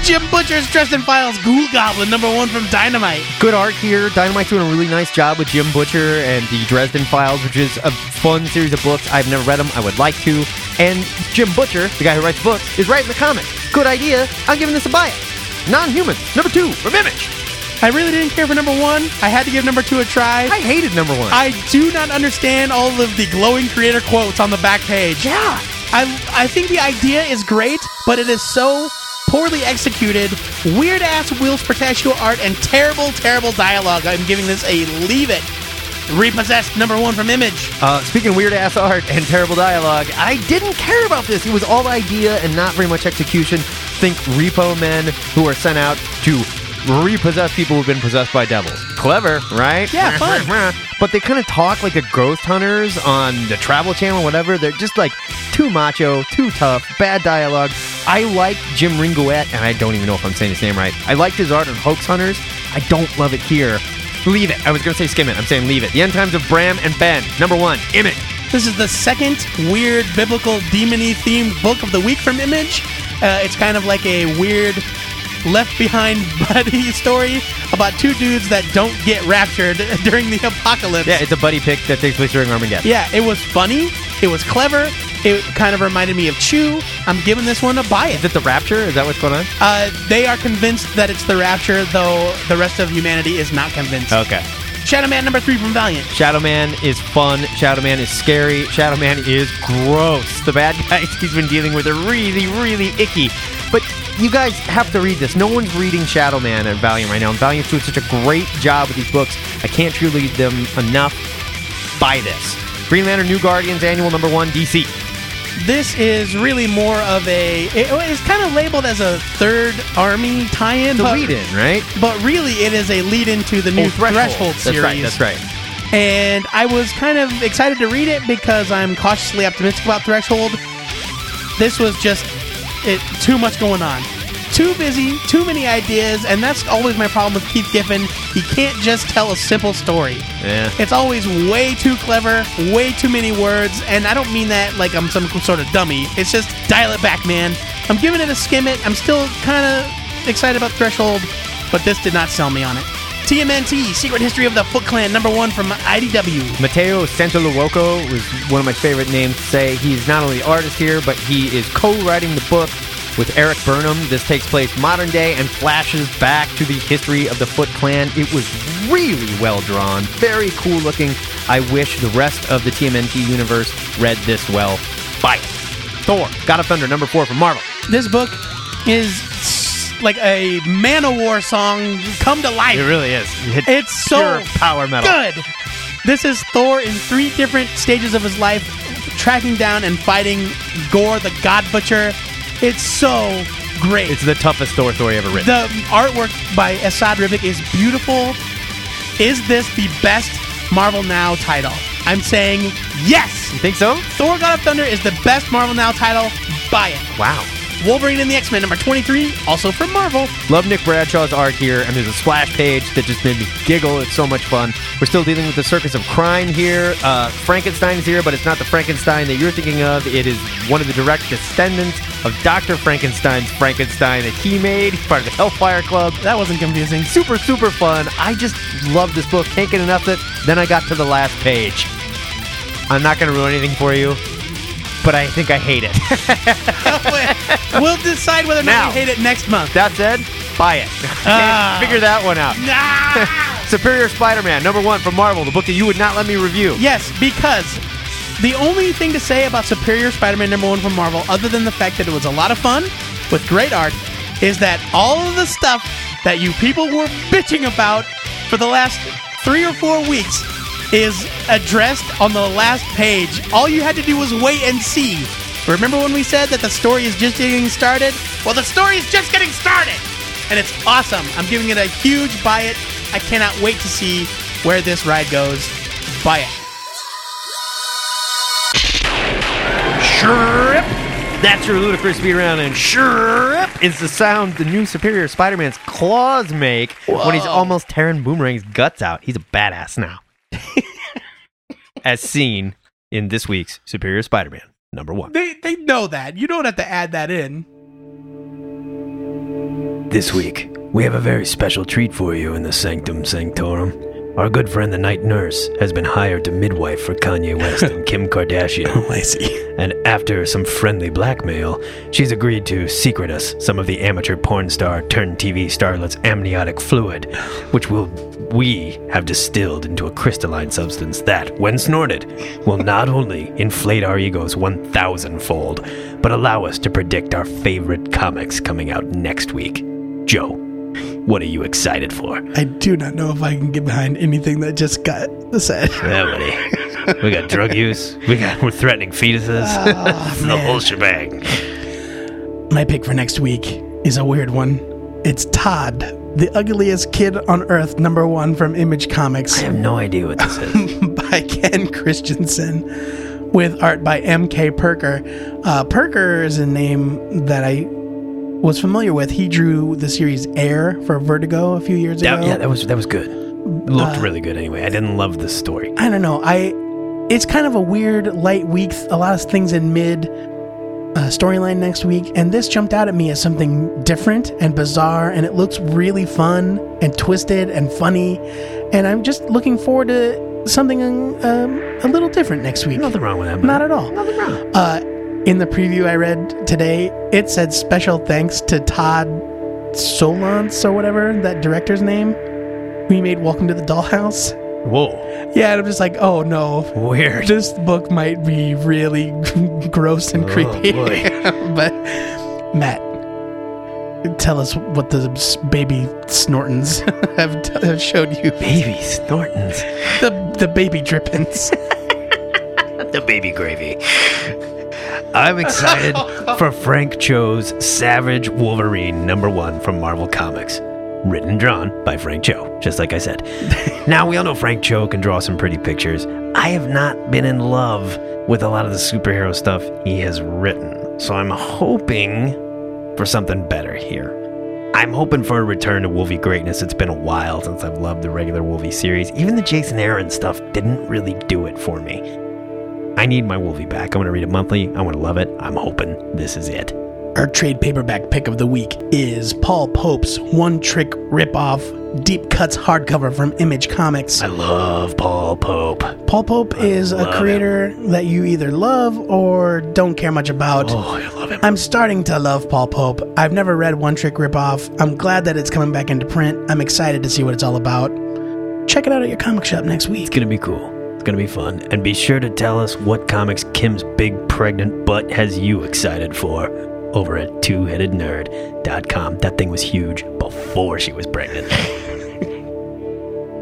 S5: Jim Butcher's Dressed in Files Ghoul Goblin, number one from Dynamite.
S3: Good art here. Dynamite's doing a really nice job with Jim Butcher and the Dresden Files, which is a fun series of books. I've never read them. I would like to. And Jim Butcher, the guy who writes the books, is writing the comic. Good idea. I'm giving this a buy it. Non-human. Number two from Image.
S5: I really didn't care for number one. I had to give number two a try.
S3: I hated number one.
S5: I do not understand all of the glowing creator quotes on the back page.
S3: yeah.
S5: I I think the idea is great, but it is so poorly executed. Weird ass Will's Protectual art and terrible, terrible dialogue. I'm giving this a leave it. Repossessed number one from Image.
S3: Uh, speaking of weird ass art and terrible dialogue, I didn't care about this. It was all idea and not very much execution. Think repo men who are sent out to repossess people who've been possessed by devils. Clever, right?
S5: Yeah, fun.
S3: but they kind of talk like the ghost hunters on the travel channel, whatever. They're just like too macho, too tough, bad dialogue. I like Jim Ringoette, and I don't even know if I'm saying his name right. I liked his art on Hoax Hunters. I don't love it here. Leave it. I was going to say skim it. I'm saying leave it. The end times of Bram and Ben. Number one, Image.
S5: This is the second weird biblical demony themed book of the week from Image. Uh, it's kind of like a weird left behind buddy story about two dudes that don't get raptured during the apocalypse.
S3: Yeah, it's a buddy pick that takes place during Armageddon.
S5: Yeah, it was funny. It was clever. It kind of reminded me of Chew. I'm giving this one a buy
S3: Is
S5: it.
S3: it the Rapture? Is that what's going on?
S5: Uh, they are convinced that it's the rapture, though the rest of humanity is not convinced.
S3: Okay.
S5: Shadow Man number three from Valiant.
S3: Shadow Man is fun. Shadow Man is scary. Shadow Man is gross. The bad guys he's been dealing with are really, really icky. But you guys have to read this. No one's reading Shadow Man at Valiant right now. And Valiant's doing such a great job with these books. I can't truly them enough. Buy this. Green Lantern New Guardians Annual Number One DC.
S5: This is really more of a. it- it's kind of labeled as a third army tie-in,
S3: The
S5: but,
S3: lead in, right?
S5: but really it is a lead into the new
S3: Oh,
S5: Threshold,
S3: That's
S5: series.
S3: right. That's right.
S5: and I was kind of excited to read it because I'm cautiously optimistic about Threshold. This was just it, too much going on. Too busy, too many ideas, and that's always my problem with Keith Giffen. He can't just tell a simple story.
S3: Yeah.
S5: It's always way too clever, way too many words, and I don't mean that like I'm some sort of dummy. It's just dial it back, man. I'm giving it a skim it. I'm still kind of excited about Threshold, but this did not sell me on it. TMNT, Secret History of the Foot Clan, number one from IDW.
S3: Mateo Santaluoco was one of my favorite names to say. He's not only the artist here, but he is co-writing the book with Eric Burnham. This takes place modern day and flashes back to the history of the Foot Clan. It was really well drawn, very cool looking. I wish the rest of the TMNT universe read this well. Bye. Thor, God of Thunder, number four from Marvel.
S4: This book is s- like a Man of War song come to life.
S3: It really is.
S4: It's so
S3: Pure power metal.
S4: good. This is Thor in three different stages of his life, tracking down and fighting Gore the God Butcher. It's so great.
S3: It's the toughest Thor story ever written.
S4: the artwork by Assad Ribic is beautiful. Is this the best Marvel Now title? I'm saying yes.
S3: you think so?
S4: Thor: God of Thunder is the best Marvel Now title. Buy it.
S3: Wow.
S4: Wolverine and the X Men number 23, also from Marvel.
S3: Love Nick Bradshaw's art here, and there's a splash page that just made me giggle. It's so much fun. We're still dealing with the circus of crime here. Uh, Frankenstein's here, but it's not the Frankenstein that you're thinking of. It is one of the direct descendants of Dr. Frankenstein's Frankenstein that he made. He's part of the Hellfire Club.
S4: That wasn't confusing.
S3: Super, super fun. I just love this book. Can't get enough of it. Then I got to the last page. I'm not going to ruin anything for you, but I think I hate it.
S4: we'll decide whether or not
S3: Now.
S4: we hate it next month.
S3: that said, buy it.
S4: Ah.
S3: Figure that one out.
S4: Ah!
S3: Superior Spider-Man, number one from Marvel, the book that you would not let me review.
S4: yes, because the only thing to say about Superior Spider Man number one from Marvel, other than the fact that it was a lot of fun with great art, is that all of the stuff that you people were bitching about for the last three or four weeks is addressed on the last page. All you had to do was wait and see. Remember when we said that the story is just getting started? Well, the story is just getting started! and it's awesome. I'm giving it a huge buy it. I cannot wait to see where this ride goes. Buy it.
S3: Sure. That's your ludicrous speed round, and sure is the sound the new Superior Spider-Man's claws make when he's almost tearing Boomerang's guts out. He's a badass now, as seen in this week's Superior Spider-Man number one.
S4: They they know that. You don't have to add that in.
S6: This week, we have a very special treat for you in the Sanctum Sanctorum. Our good friend, the night nurse, has been hired to midwife for Kanye West and Kim Kardashian.
S4: I see.
S6: And after some friendly blackmail, she's agreed to secret us some of the amateur porn star turned TV starlet's amniotic fluid, which will we have distilled into a crystalline substance that, when snorted, will not only inflate our egos 1,000 fold, but allow us to predict our favorite comics coming out next week. Joe, what are you excited for?
S4: I do not know if I can get behind anything that just got said.
S6: Yeah, buddy. We got drug use. We got we're threatening fetuses. the whole shebang.
S4: My pick for next week is a weird one. It's Todd, the ugliest kid on earth, number one from Image Comics.
S6: I have no idea what this is.
S4: by Ken Christensen with art by M.K. Perker. Uh, Perker is a name that I was familiar with. He drew the series Air for Vertigo a few years
S6: That-
S4: ago.
S6: yeah, that was that was good. Looked
S4: Uh,
S6: really good anyway. I didn't love the story.
S4: I don't know. I it's kind of a weird light week. A lot of things in mid uh, storyline next week, and this jumped out at me as something different and bizarre, and it looks really fun and twisted and funny, and I'm just looking forward to something um, a little different next week.
S6: Nothing wrong with that.
S4: Not at all. Nothing wrong. Uh, in the preview I read today, it said special thanks to Todd Solons or whatever that director's name. We made Welcome to the Dollhouse.
S6: Whoa.
S4: Yeah, and I'm just like, oh no,
S6: Weird.
S4: this book might be really gross
S6: Oh,
S4: and creepy. but Matt, tell us what the s- baby snortins have, t- have showed you.
S6: Baby snortins.
S4: The the baby drippings.
S6: The baby gravy. I'm excited for Frank Cho's Savage Wolverine number one from Marvel Comics. Written and drawn by Frank Cho, just like I said. now, we all know Frank Cho can draw some pretty pictures. I have not been in love with a lot of the superhero stuff he has written, so I'm hoping for something better here. I'm hoping for a return to Wolvie greatness. It's been a while since I've loved the regular Wolvie series. Even the Jason Aaron stuff didn't really do it for me. I need my Wolvie back. I want to read it monthly. I want to love it. I'm hoping this is it.
S4: Our trade paperback pick of the week is Paul Pope's One Trick Ripoff Deep Cuts hardcover from Image Comics.
S6: I love Paul Pope.
S4: Paul Pope is a
S6: love
S4: creator that you either love or don't care much about.
S6: Oh, I love him.
S4: I'm starting to love Paul Pope. I've never read One Trick Ripoff. I'm glad that it's coming back into print. I'm excited to see what it's all about. Check it out at your comic shop next
S6: It's
S4: week.
S6: gonna be cool. It's gonna be fun. And be sure to tell us what comics Kim's big pregnant butt has you excited for over at twoheadednerd.com. That thing was huge before she was pregnant.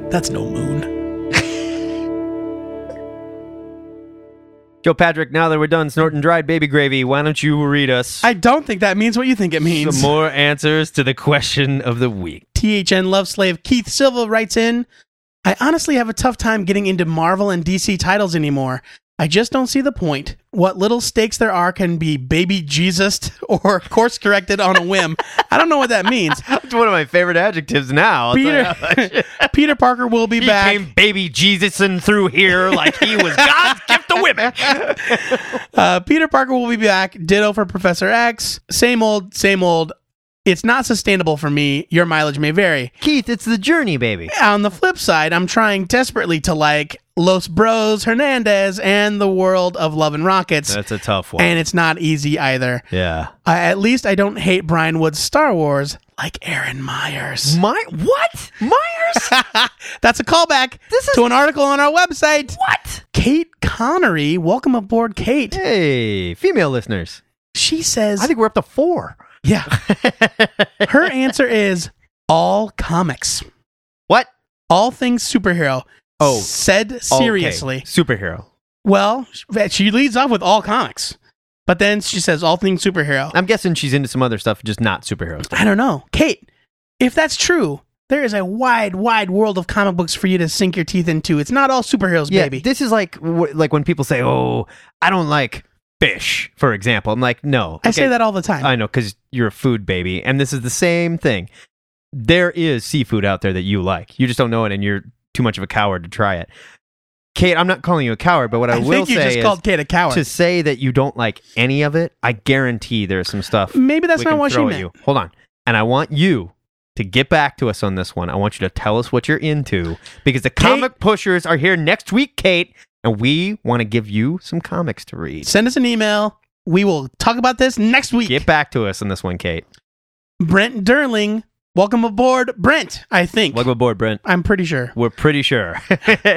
S4: That's no moon.
S3: Joe Patrick, now that we're done snorting dried baby gravy, why don't you read us
S4: I don't think that means what you think it
S3: some
S4: means.
S3: more answers to the question of the week?
S4: THN love slave Keith Silva writes in I honestly have a tough time getting into Marvel and DC titles anymore. I just don't see the point. What little stakes there are can be baby Jesus or course corrected on a whim. I don't know what that means.
S3: It's one of my favorite adjectives now. I'll tell you how much.
S4: Peter Peter Parker will be
S3: He
S4: back.
S3: came baby Jesusin through here like he was God's gift to women.
S4: Uh, Peter Parker will be back. Ditto for Professor X. Same old, same old. It's not sustainable for me. Your mileage may vary.
S3: Keith, it's the journey, baby.
S4: On the flip side, I'm trying desperately to like Los Bros, Hernandez, and the world of Love and Rockets,
S3: That's a tough one.
S4: and it's not easy either.
S3: yeah.
S4: I, at least I don't hate Brian Wood's Star Wars like Aaron Myers.
S3: My what? Myers?
S4: That's a callback
S3: This is-
S4: to an article on our website.
S3: what?
S4: Kate Connery, welcome aboard, Kate.
S3: Hey, female listeners.
S4: She says,
S3: I think we're up to four.
S4: Yeah. Her answer is all comics,
S3: What?
S4: all things superhero.
S3: Oh,
S4: said seriously.
S3: Okay, Superhero.
S4: Well, she leads off with all comics, but then she says all things superhero.
S3: I'm guessing she's into some other stuff, just not superhero stuff.
S4: I don't know. Kate, if that's true, there is a wide, wide world of comic books for you to sink your teeth into. It's not all superheroes,
S3: Yeah,
S4: baby.
S3: this is like wh- like when people say, "Oh, I don't like fish," for example. I'm like, "No."
S4: I say
S3: Okay,
S4: that all the time.
S3: I know because you're a food baby, and this is the same thing. There is seafood out there that you like. You just don't know it, and you're too much of a coward to try it. Kate, I'm not calling you a coward, but what I,
S4: I
S3: will
S4: think
S3: say
S4: you just
S3: is
S4: called Kate a coward.
S3: to say that you don't like any of it. I guarantee there's some stuff.
S4: Maybe Mm, that's
S3: we
S4: not
S3: can
S4: what she
S3: throw at
S4: meant.
S3: You. Hold on, and I want you to get back to us on this one. I want you to tell us what you're into because the comic pushers are here next week, Kate, and we want to give you some comics to read.
S4: Send us an email. We will talk about this next week.
S3: Get back to us on this one, Kate.
S4: Brent Derling. Welcome aboard, Brent. I think.
S3: Welcome aboard, Brent.
S4: I'm pretty sure.
S3: We're pretty sure.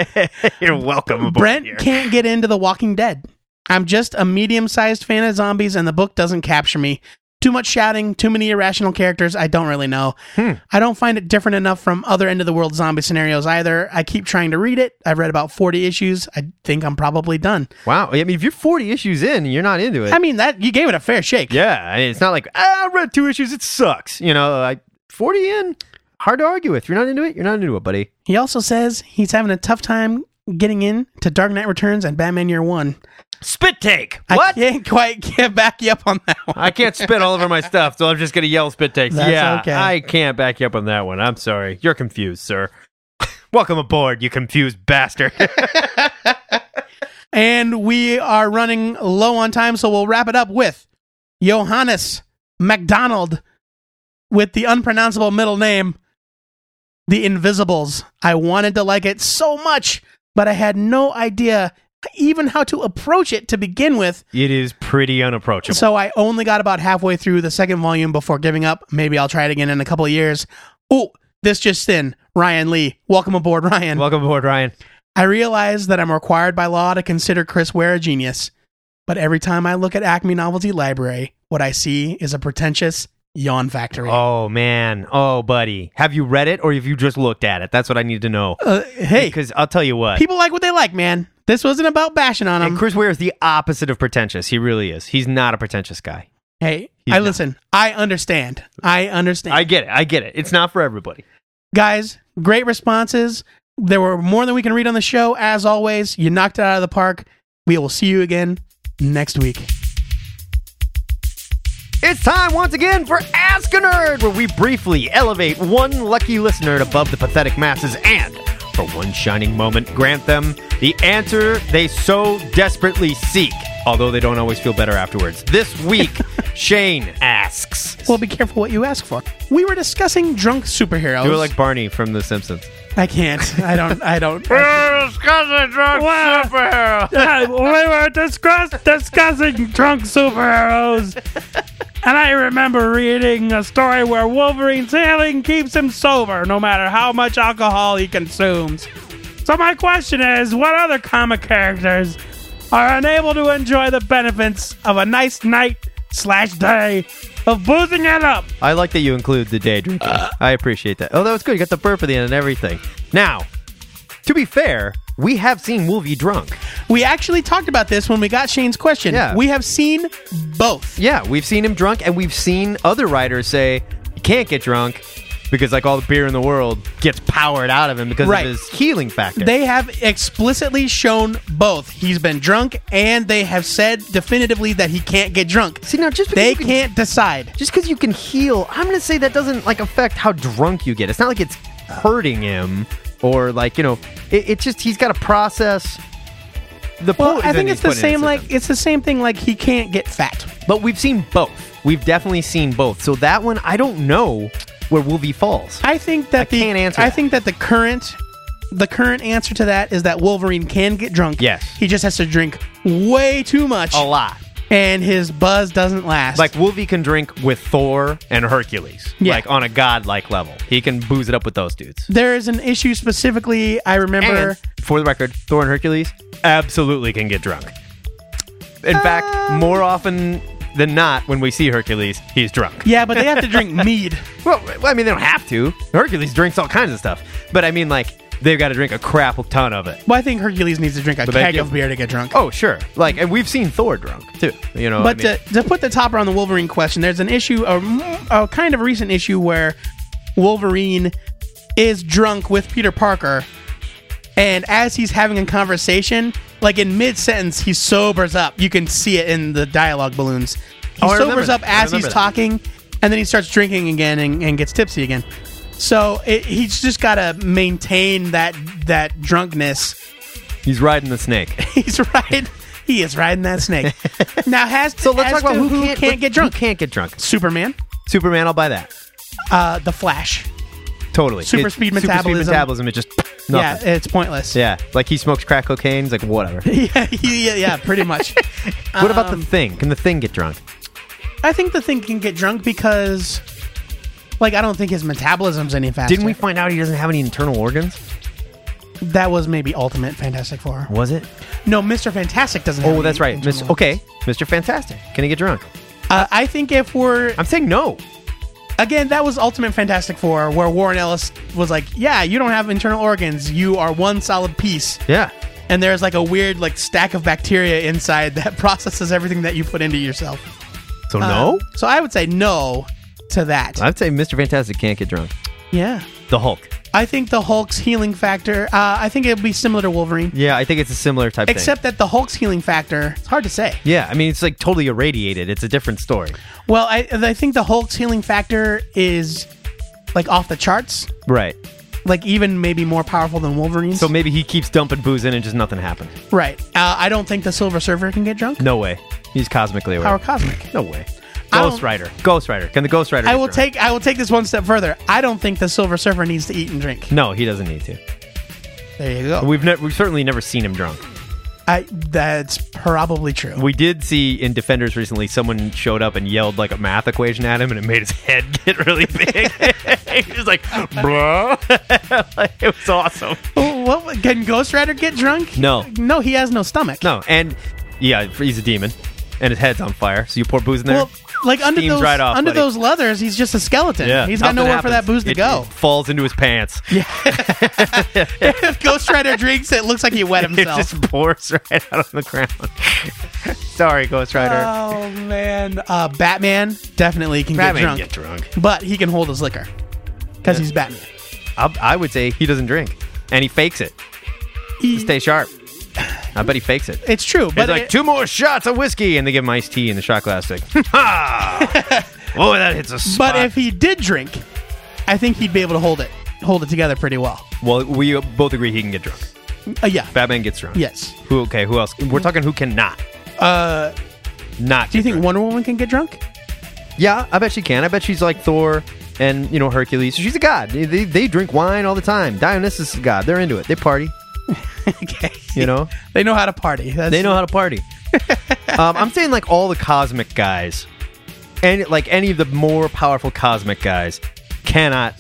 S3: You're welcome aboard.
S4: Brent
S3: here.
S4: can't get into The Walking Dead. I'm just a medium sized fan of zombies, and the book doesn't capture me. Too much shouting, too many irrational characters. I don't really know.
S3: Hmm.
S4: I don't find it different enough from other end of the world zombie scenarios either. I keep trying to read it. I've read about 40 issues. I think I'm probably done.
S3: Wow. I mean, if you're 40 issues in, and you're not into it.
S4: I mean, that you gave it a fair shake.
S3: yeah. I mean, it's not like ah, I read two issues. It sucks. You know, like 40 in, hard to argue with. You're not into it. You're not into it, buddy.
S4: He also says he's having a tough time getting in to Dark Knight Returns and Batman Year One.
S3: Spit take.
S4: I can't quite get back you up on that one.
S3: I can't spit all over my stuff, so I'm just gonna yell spit takes.
S4: That's
S3: yeah,
S4: okay.
S3: I can't back you up on that one. I'm sorry. You're confused, sir. Welcome aboard, you confused bastard.
S4: And we are running low on time, so we'll wrap it up with Johannes McDonald with the unpronounceable middle name, The Invisibles. I wanted to like it so much, but I had no idea even how to approach it to begin with,
S3: it is pretty unapproachable.
S4: so I only got about halfway through the second volume before giving up. Maybe I'll try it again in a couple of years. Oh, this just in. Ryan Lee. Welcome aboard, Ryan.
S3: Welcome aboard, Ryan.
S4: I realize that I'm required by law to consider Chris Ware a genius, but every time I look at Acme Novelty Library, what I see is a pretentious yawn factory.
S3: Oh man. Oh buddy. Have you read it or have you just looked at it? That's what I need to know.
S4: Uh, hey,
S3: Because I'll tell you what.
S4: people like what they like, man. This wasn't about bashing on
S3: and
S4: them.
S3: Chris Ware is the opposite of pretentious. He really is. He's not a pretentious guy.
S4: hey,
S3: He's
S4: I
S3: not.
S4: listen. I understand. I understand.
S3: I get it. I get it. It's not for everybody.
S4: Guys, great responses. There were more than we can read on the show. As always, you knocked it out of the park. We will see you again next week.
S3: It's time once again for Ask a Nerd, where we briefly elevate one lucky listener above the pathetic masses and, for one shining moment, grant them the answer they so desperately seek. although they don't always feel better afterwards. This week, Shane asks.
S4: Well, be careful what you ask for. We were discussing drunk superheroes.
S3: Do it like Barney from The Simpsons.
S4: I can't. I don't. I don't.
S7: Yeah, we were discuss- discussing drunk superheroes. And I remember reading a story where Wolverine's healing keeps him sober no matter how much alcohol he consumes. So, my question is what other comic characters are unable to enjoy the benefits of a nice night slash day of boozing it up?
S3: I like that you include the day drinking.
S4: Uh.
S3: I appreciate that. Oh, that was good. You got the burp at the end and everything. Now, to be fair, we have seen Wolvie drunk.
S4: we actually talked about this when we got Shane's question.
S3: Yeah.
S4: We have seen both.
S3: Yeah, we've seen him drunk, and we've seen other writers say you can't get drunk because, like, all the beer in the world gets powered out of him because
S4: Right.
S3: of his healing factor.
S4: They have explicitly shown both. He's been drunk, and they have said definitively that he can't get drunk.
S3: See, now, just because
S4: They
S3: you can-
S4: can't decide.
S3: just because you can heal, I'm gonna say that doesn't like affect how drunk you get. It's not like it's hurting him or like you know, it, it's just he's got to process the.
S4: Well,
S3: poison
S4: I think
S3: he's
S4: it's the
S3: putting in his
S4: same. Like
S3: system.
S4: it's the same thing. Like he can't get fat.
S3: but we've seen both. We've definitely seen both. So that one, I don't know where Wolvie falls.
S4: I think that
S3: I
S4: the
S3: can't answer
S4: I
S3: that.
S4: think that the current the current answer to that is that Wolverine can get drunk.
S3: Yes.
S4: He just has to drink way too much
S3: A lot.
S4: and his buzz doesn't last.
S3: Like Wolvie can drink with Thor and Hercules,
S4: Yeah.
S3: like on a godlike level. He can booze it up with those dudes.
S4: there is an issue specifically I remember
S3: And for the record, Thor and Hercules absolutely can get drunk. In fact, more often than not, when we see Hercules, he's drunk.
S4: Yeah, but they have to drink mead.
S3: Well, I mean, they don't have to. Hercules drinks all kinds of stuff, but I mean, like they've got to drink a crap ton of it.
S4: Well, I think Hercules needs to drink a
S3: But they
S4: keg
S3: give-
S4: of beer to get drunk.
S3: Oh, sure. Like, and we've seen Thor drunk too. You know,
S4: But
S3: I mean,
S4: to, to put the topper on the Wolverine question, there's an issue, a, a kind of recent issue where Wolverine is drunk with Peter Parker, and as he's having a conversation, like in mid sentence, he sobers up. You can see it in the dialogue balloons. He
S3: Oh, I remember
S4: sobers up
S3: that. I
S4: as he's
S3: remember that.
S4: talking, and then he starts drinking again and, and gets tipsy again. So it, he's just got to maintain that that drunkenness
S3: he's riding the snake.
S4: He's right. He is riding that snake. now has
S3: So let's
S4: as
S3: talk about
S4: to
S3: who, can't,
S4: can't get drunk.
S3: Who can't get drunk?
S4: Superman,
S3: Superman, I'll buy that.
S4: uh, the Flash.
S3: Totally.
S4: Super
S3: It's-
S4: speed
S3: Super speed
S4: metabolism.
S3: metabolism. It just nothing.
S4: Yeah, it's pointless.
S3: Yeah. Like he smokes crack cocaine. He's like whatever.
S4: yeah, yeah, yeah, pretty much.
S3: What about the
S4: Um,
S3: thing? Can the thing get drunk?
S4: I think the thing can get drunk because, like, I don't think his metabolism's any faster.
S3: Didn't we find out he doesn't have any internal organs?
S4: That was maybe Ultimate Fantastic Four.
S3: Was it?
S4: No, Mister Fantastic doesn't. have
S3: Oh,
S4: any
S3: that's right.
S4: internal
S3: Mis-
S4: organs.
S3: okay, Mr. Fantastic. Can he get drunk?
S4: Uh, I think if we're
S3: I'm saying no.
S4: again, that was Ultimate Fantastic Four, where Warren Ellis was like, "Yeah, you don't have internal organs. You are one solid piece."
S3: Yeah.
S4: and there's like a weird like stack of bacteria inside that processes everything that you put into yourself.
S3: So
S4: Uh, so I would say no to that.
S3: I'd say Mr. Fantastic can't get drunk.
S4: yeah.
S3: The Hulk.
S4: I think the Hulk's healing factor. Uh, I think it would be similar to Wolverine,
S3: Yeah, I think it's a similar type thing.
S4: except that the Hulk's healing factor. It's hard to say.
S3: Yeah, I mean it's like totally irradiated. It's a different story.
S4: Well, I I think the Hulk's healing factor is like off the charts.
S3: Right.
S4: Like even maybe more powerful than Wolverine's.
S3: So maybe he keeps dumping booze in and just nothing happens.
S4: right. Uh, I don't think the Silver Surfer can get drunk.
S3: No way. He's cosmically aware.
S4: Power cosmic.
S3: no way.
S4: I
S3: Ghost
S4: don't-
S3: Rider. Ghost Rider. Can the Ghost Rider
S4: I
S3: get
S4: will
S3: drunk?
S4: take I will take this one step further. I don't think the Silver Surfer needs to eat and drink.
S3: No, he doesn't need to.
S4: There you go.
S3: We've ne- we've certainly never seen him drunk.
S4: I, that's probably true.
S3: We did see in Defenders recently someone showed up and yelled like a math equation at him, and it made his head get really big. he was like, "Bro," Like, it was awesome.
S4: Oh, well, can Ghost Rider get drunk?
S3: No.
S4: No, he has no stomach.
S3: No, and yeah, he's a demon, and his head's on fire. So you pour booze in there.
S4: Well, like under
S3: Steams
S4: those
S3: right off,
S4: under
S3: buddy.
S4: those leathers, he's just a skeleton.
S3: yeah,
S4: he's got
S3: nothing
S4: nowhere for that
S3: happens.
S4: booze to
S3: It-
S4: go.
S3: it falls into his pants.
S4: if Ghost Rider drinks, it looks like he wet
S3: it
S4: himself.
S3: just pours right out on the ground. Sorry, Ghost Rider.
S4: Oh man, uh, Batman definitely can
S3: Batman
S4: get
S3: can
S4: drunk,
S3: get drunk.
S4: but he can hold his liquor because he's Batman. Uh.
S3: I, I would say he doesn't drink, and he fakes it.
S4: He-
S3: Stay sharp. I bet he fakes it.
S4: it's true,
S3: It's
S4: but
S3: like
S4: it-
S3: two more shots of whiskey, and they give him iced tea in the shot glass. Like, oh, that hits a spot.
S4: but if he did drink, I think he'd be able to hold it hold it together pretty well.
S3: well, we both agree he can get drunk.
S4: Uh, yeah.
S3: Batman gets drunk.
S4: Yes.
S3: Who? Okay. Who else? We're talking who cannot.
S4: Uh,
S3: Not.
S4: do you think
S3: different.
S4: Wonder Woman can get drunk?
S3: Yeah, I bet she can. I bet she's like Thor and you know Hercules. She's a god. They, they, they drink wine all the time. Dionysus is a god. They're into it. They party.
S4: okay.
S3: You know,
S4: They know how to party. That's,
S3: they know how to party. um, I'm saying like all the cosmic guys, and like any of the more powerful cosmic guys, cannot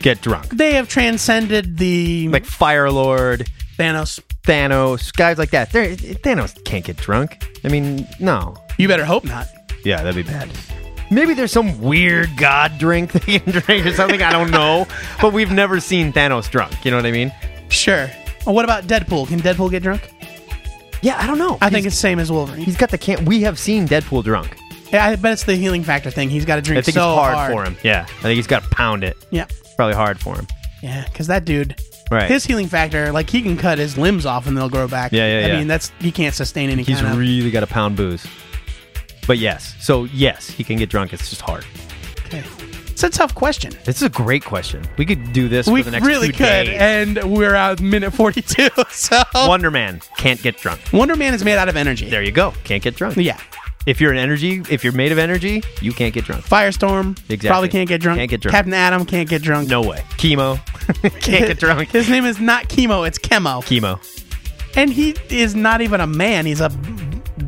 S3: get drunk.
S4: They have transcended the
S3: Like Fire Lord,
S4: Thanos.
S3: Thanos, guys like that. They're, Thanos can't get drunk. I mean, no.
S4: You better hope not.
S3: Yeah, that'd be bad. Maybe there's some weird god drink they can drink or something. I don't know. But we've never seen Thanos drunk. You know what I mean?
S4: Sure. Well, what about Deadpool? Can Deadpool get drunk?
S3: Yeah, I don't know.
S4: I think
S3: He's-
S4: it's same as Wolverine.
S3: he's got the can. We have seen Deadpool drunk.
S4: Yeah, I bet it's the healing factor thing. He's got to drink
S3: I think
S4: so
S3: it's hard, for him. Yeah, I think he's got to pound it.
S4: Yeah,
S3: Probably hard for him.
S4: yeah, because that dude,
S3: Right.
S4: his healing factor, like he can cut his limbs off and they'll grow back.
S3: Yeah, yeah,
S4: I
S3: yeah.
S4: mean, that's he can't sustain any
S3: he's
S4: kind of.
S3: really got to pound booze. But yes, so yes, he can get drunk. It's just hard.
S4: okay. It's a tough question.
S3: This is a great question. We could do this
S4: We
S3: for the next
S4: really
S3: two
S4: could,
S3: days.
S4: and we're at minute forty-two. So
S3: Wonder Man can't get drunk.
S4: Wonder Man is made out of energy.
S3: There you go. Can't get drunk.
S4: Yeah,
S3: If you're an energy, if you're made of energy, you can't get drunk.
S4: Firestorm
S3: Exactly.
S4: probably can't get drunk.
S3: Can't get drunk.
S4: Captain Adam can't get drunk.
S3: No way. Chemo. Can't get drunk.
S4: His name is not chemo; it's chemo.
S3: Chemo.
S4: And he is not even a man. He's a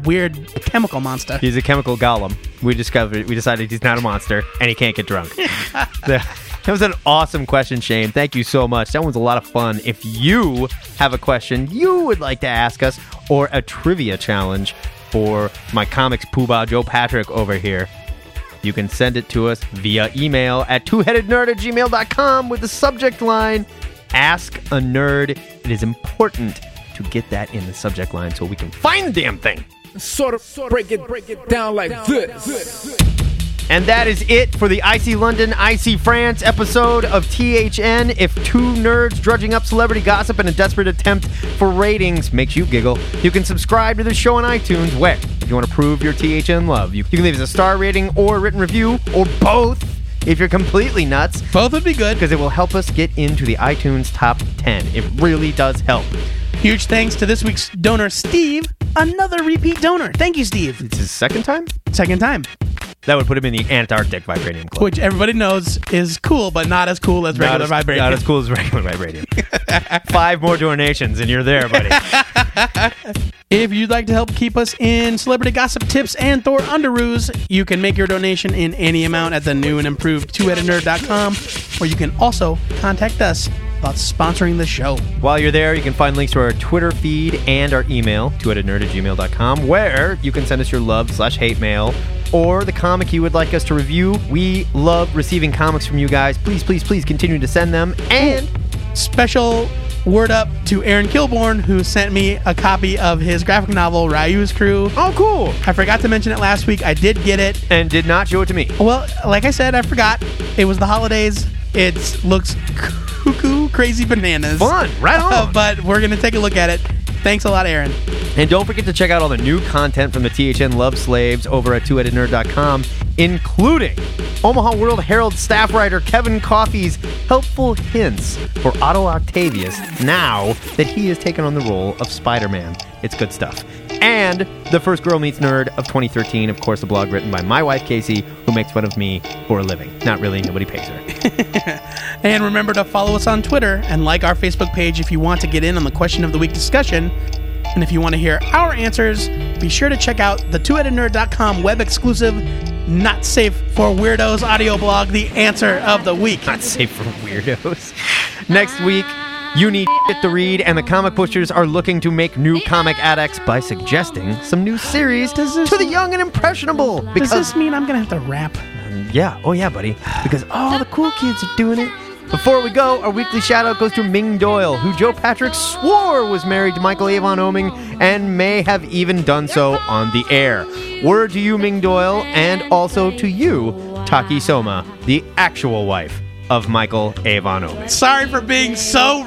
S4: weird chemical monster.
S3: He's a chemical golem. We discovered. We decided he's not a monster, and he can't get drunk. that was an awesome question, Shane. Thank you so much. That one's a lot of fun. If you have a question you would like to ask us, or a trivia challenge for my comics poobah Joe Patrick over here, you can send it to us via email at twoheadednerd at gmail.com with the subject line Ask a Nerd. It is important to get that in the subject line so we can find the damn thing.
S8: Sort of break it, break it down like this.
S3: And that is it for the Icy London, Icy France episode of THN. If two nerds drudging up celebrity gossip in a desperate attempt for ratings makes you giggle, you can subscribe to the show on iTunes, where, if you want to prove your THN love, you, you can leave us a star rating or a written review, or both, if you're completely nuts
S4: Both would be good.
S3: because it will help us get into the iTunes top 10. It really does help.
S4: Huge thanks to this week's donor, Steve, another repeat donor. Thank you, Steve.
S3: It's his second time?
S4: Second time,
S3: That would put him in the Antarctic Vibranium Club.
S4: which everybody knows is cool, but not as cool as regular
S3: not as,
S4: vibrate.
S3: Not as cool as regular vibranium. Five more donations and you're there, buddy.
S4: If you'd like to help keep us in celebrity gossip tips and Thor underoos, you can make your donation in any amount at the new and improved twoheadednerd.com, or you can also contact us about sponsoring the show.
S3: While you're there, you can find links to our Twitter feed and our email, twoheadednerd at gmail.com, where you can send us your love slash hate mail or the comic you would like us to review. We love receiving comics from you guys. Please, please, please continue to send them. And
S4: special word up to Aaron Kilborn, who sent me a copy of his graphic novel, Ryu's Crew.
S3: oh, cool!
S4: I forgot to mention it last week. I did get it.
S3: And did not show it to me.
S4: Well, like I said, I forgot. It was the holidays. It looks cuckoo, crazy bananas.
S3: Fun, right on.
S4: Uh, but we're going to take a look at it. Thanks a lot, Aaron.
S3: And don't forget to check out all the new content from the THN Love Slaves over at twoheadednerd.com, including Omaha World Herald staff writer Kevin Coffey's helpful hints for Otto Octavius now that he has taken on the role of Spider Man. It's good stuff. And The First Girl Meets Nerd of 2013, of course, a blog written by my wife, Casey, who makes fun of me for a living. Not really, nobody pays her.
S4: And remember to follow us on Twitter and like our Facebook page if you want to get in on the question of the week discussion. And if you want to hear our answers, be sure to check out the twoheadednerd.com web exclusive, not safe for weirdos audio blog, the answer of the week.
S3: not safe for weirdos. Next week, you need shit to read, and the comic pushers are looking to make new comic addicts by suggesting some new series
S4: Does this-
S3: to the young and impressionable.
S4: Does
S3: Because
S4: this mean I'm going to have to rap?
S3: yeah, oh yeah, buddy, because all the cool kids are doing it. Before we go, our weekly shout out goes to Ming Doyle, who Joe Patrick swore was married to Michael Avon Oming and may have even done so on the air. Word to you, Ming Doyle, and also to you, Taki Soma, the actual wife of Michael Avon Oming.
S4: Sorry for being so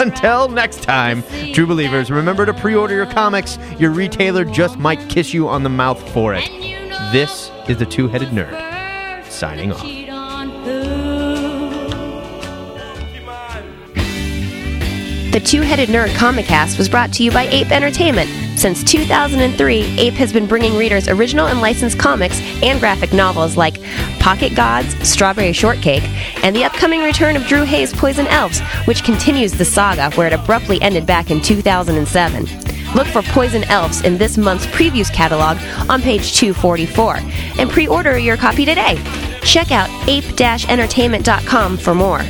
S3: Until next time, true believers, remember to pre order your comics. Your retailer just might kiss you on the mouth for it. This is the Two Headed Nerd, signing off.
S1: The Two Headed Nerd Comicast was brought to you by Ape Entertainment, Since 2003, Ape has been bringing readers original and licensed comics and graphic novels like Pocket Gods, Strawberry Shortcake, and the upcoming return of Drew Hayes' Poison Elves, which continues the saga where it abruptly ended back in 2007. Look for Poison Elves in this month's previews catalog on page 244 and pre order your copy today. Check out ape entertainment.com for more.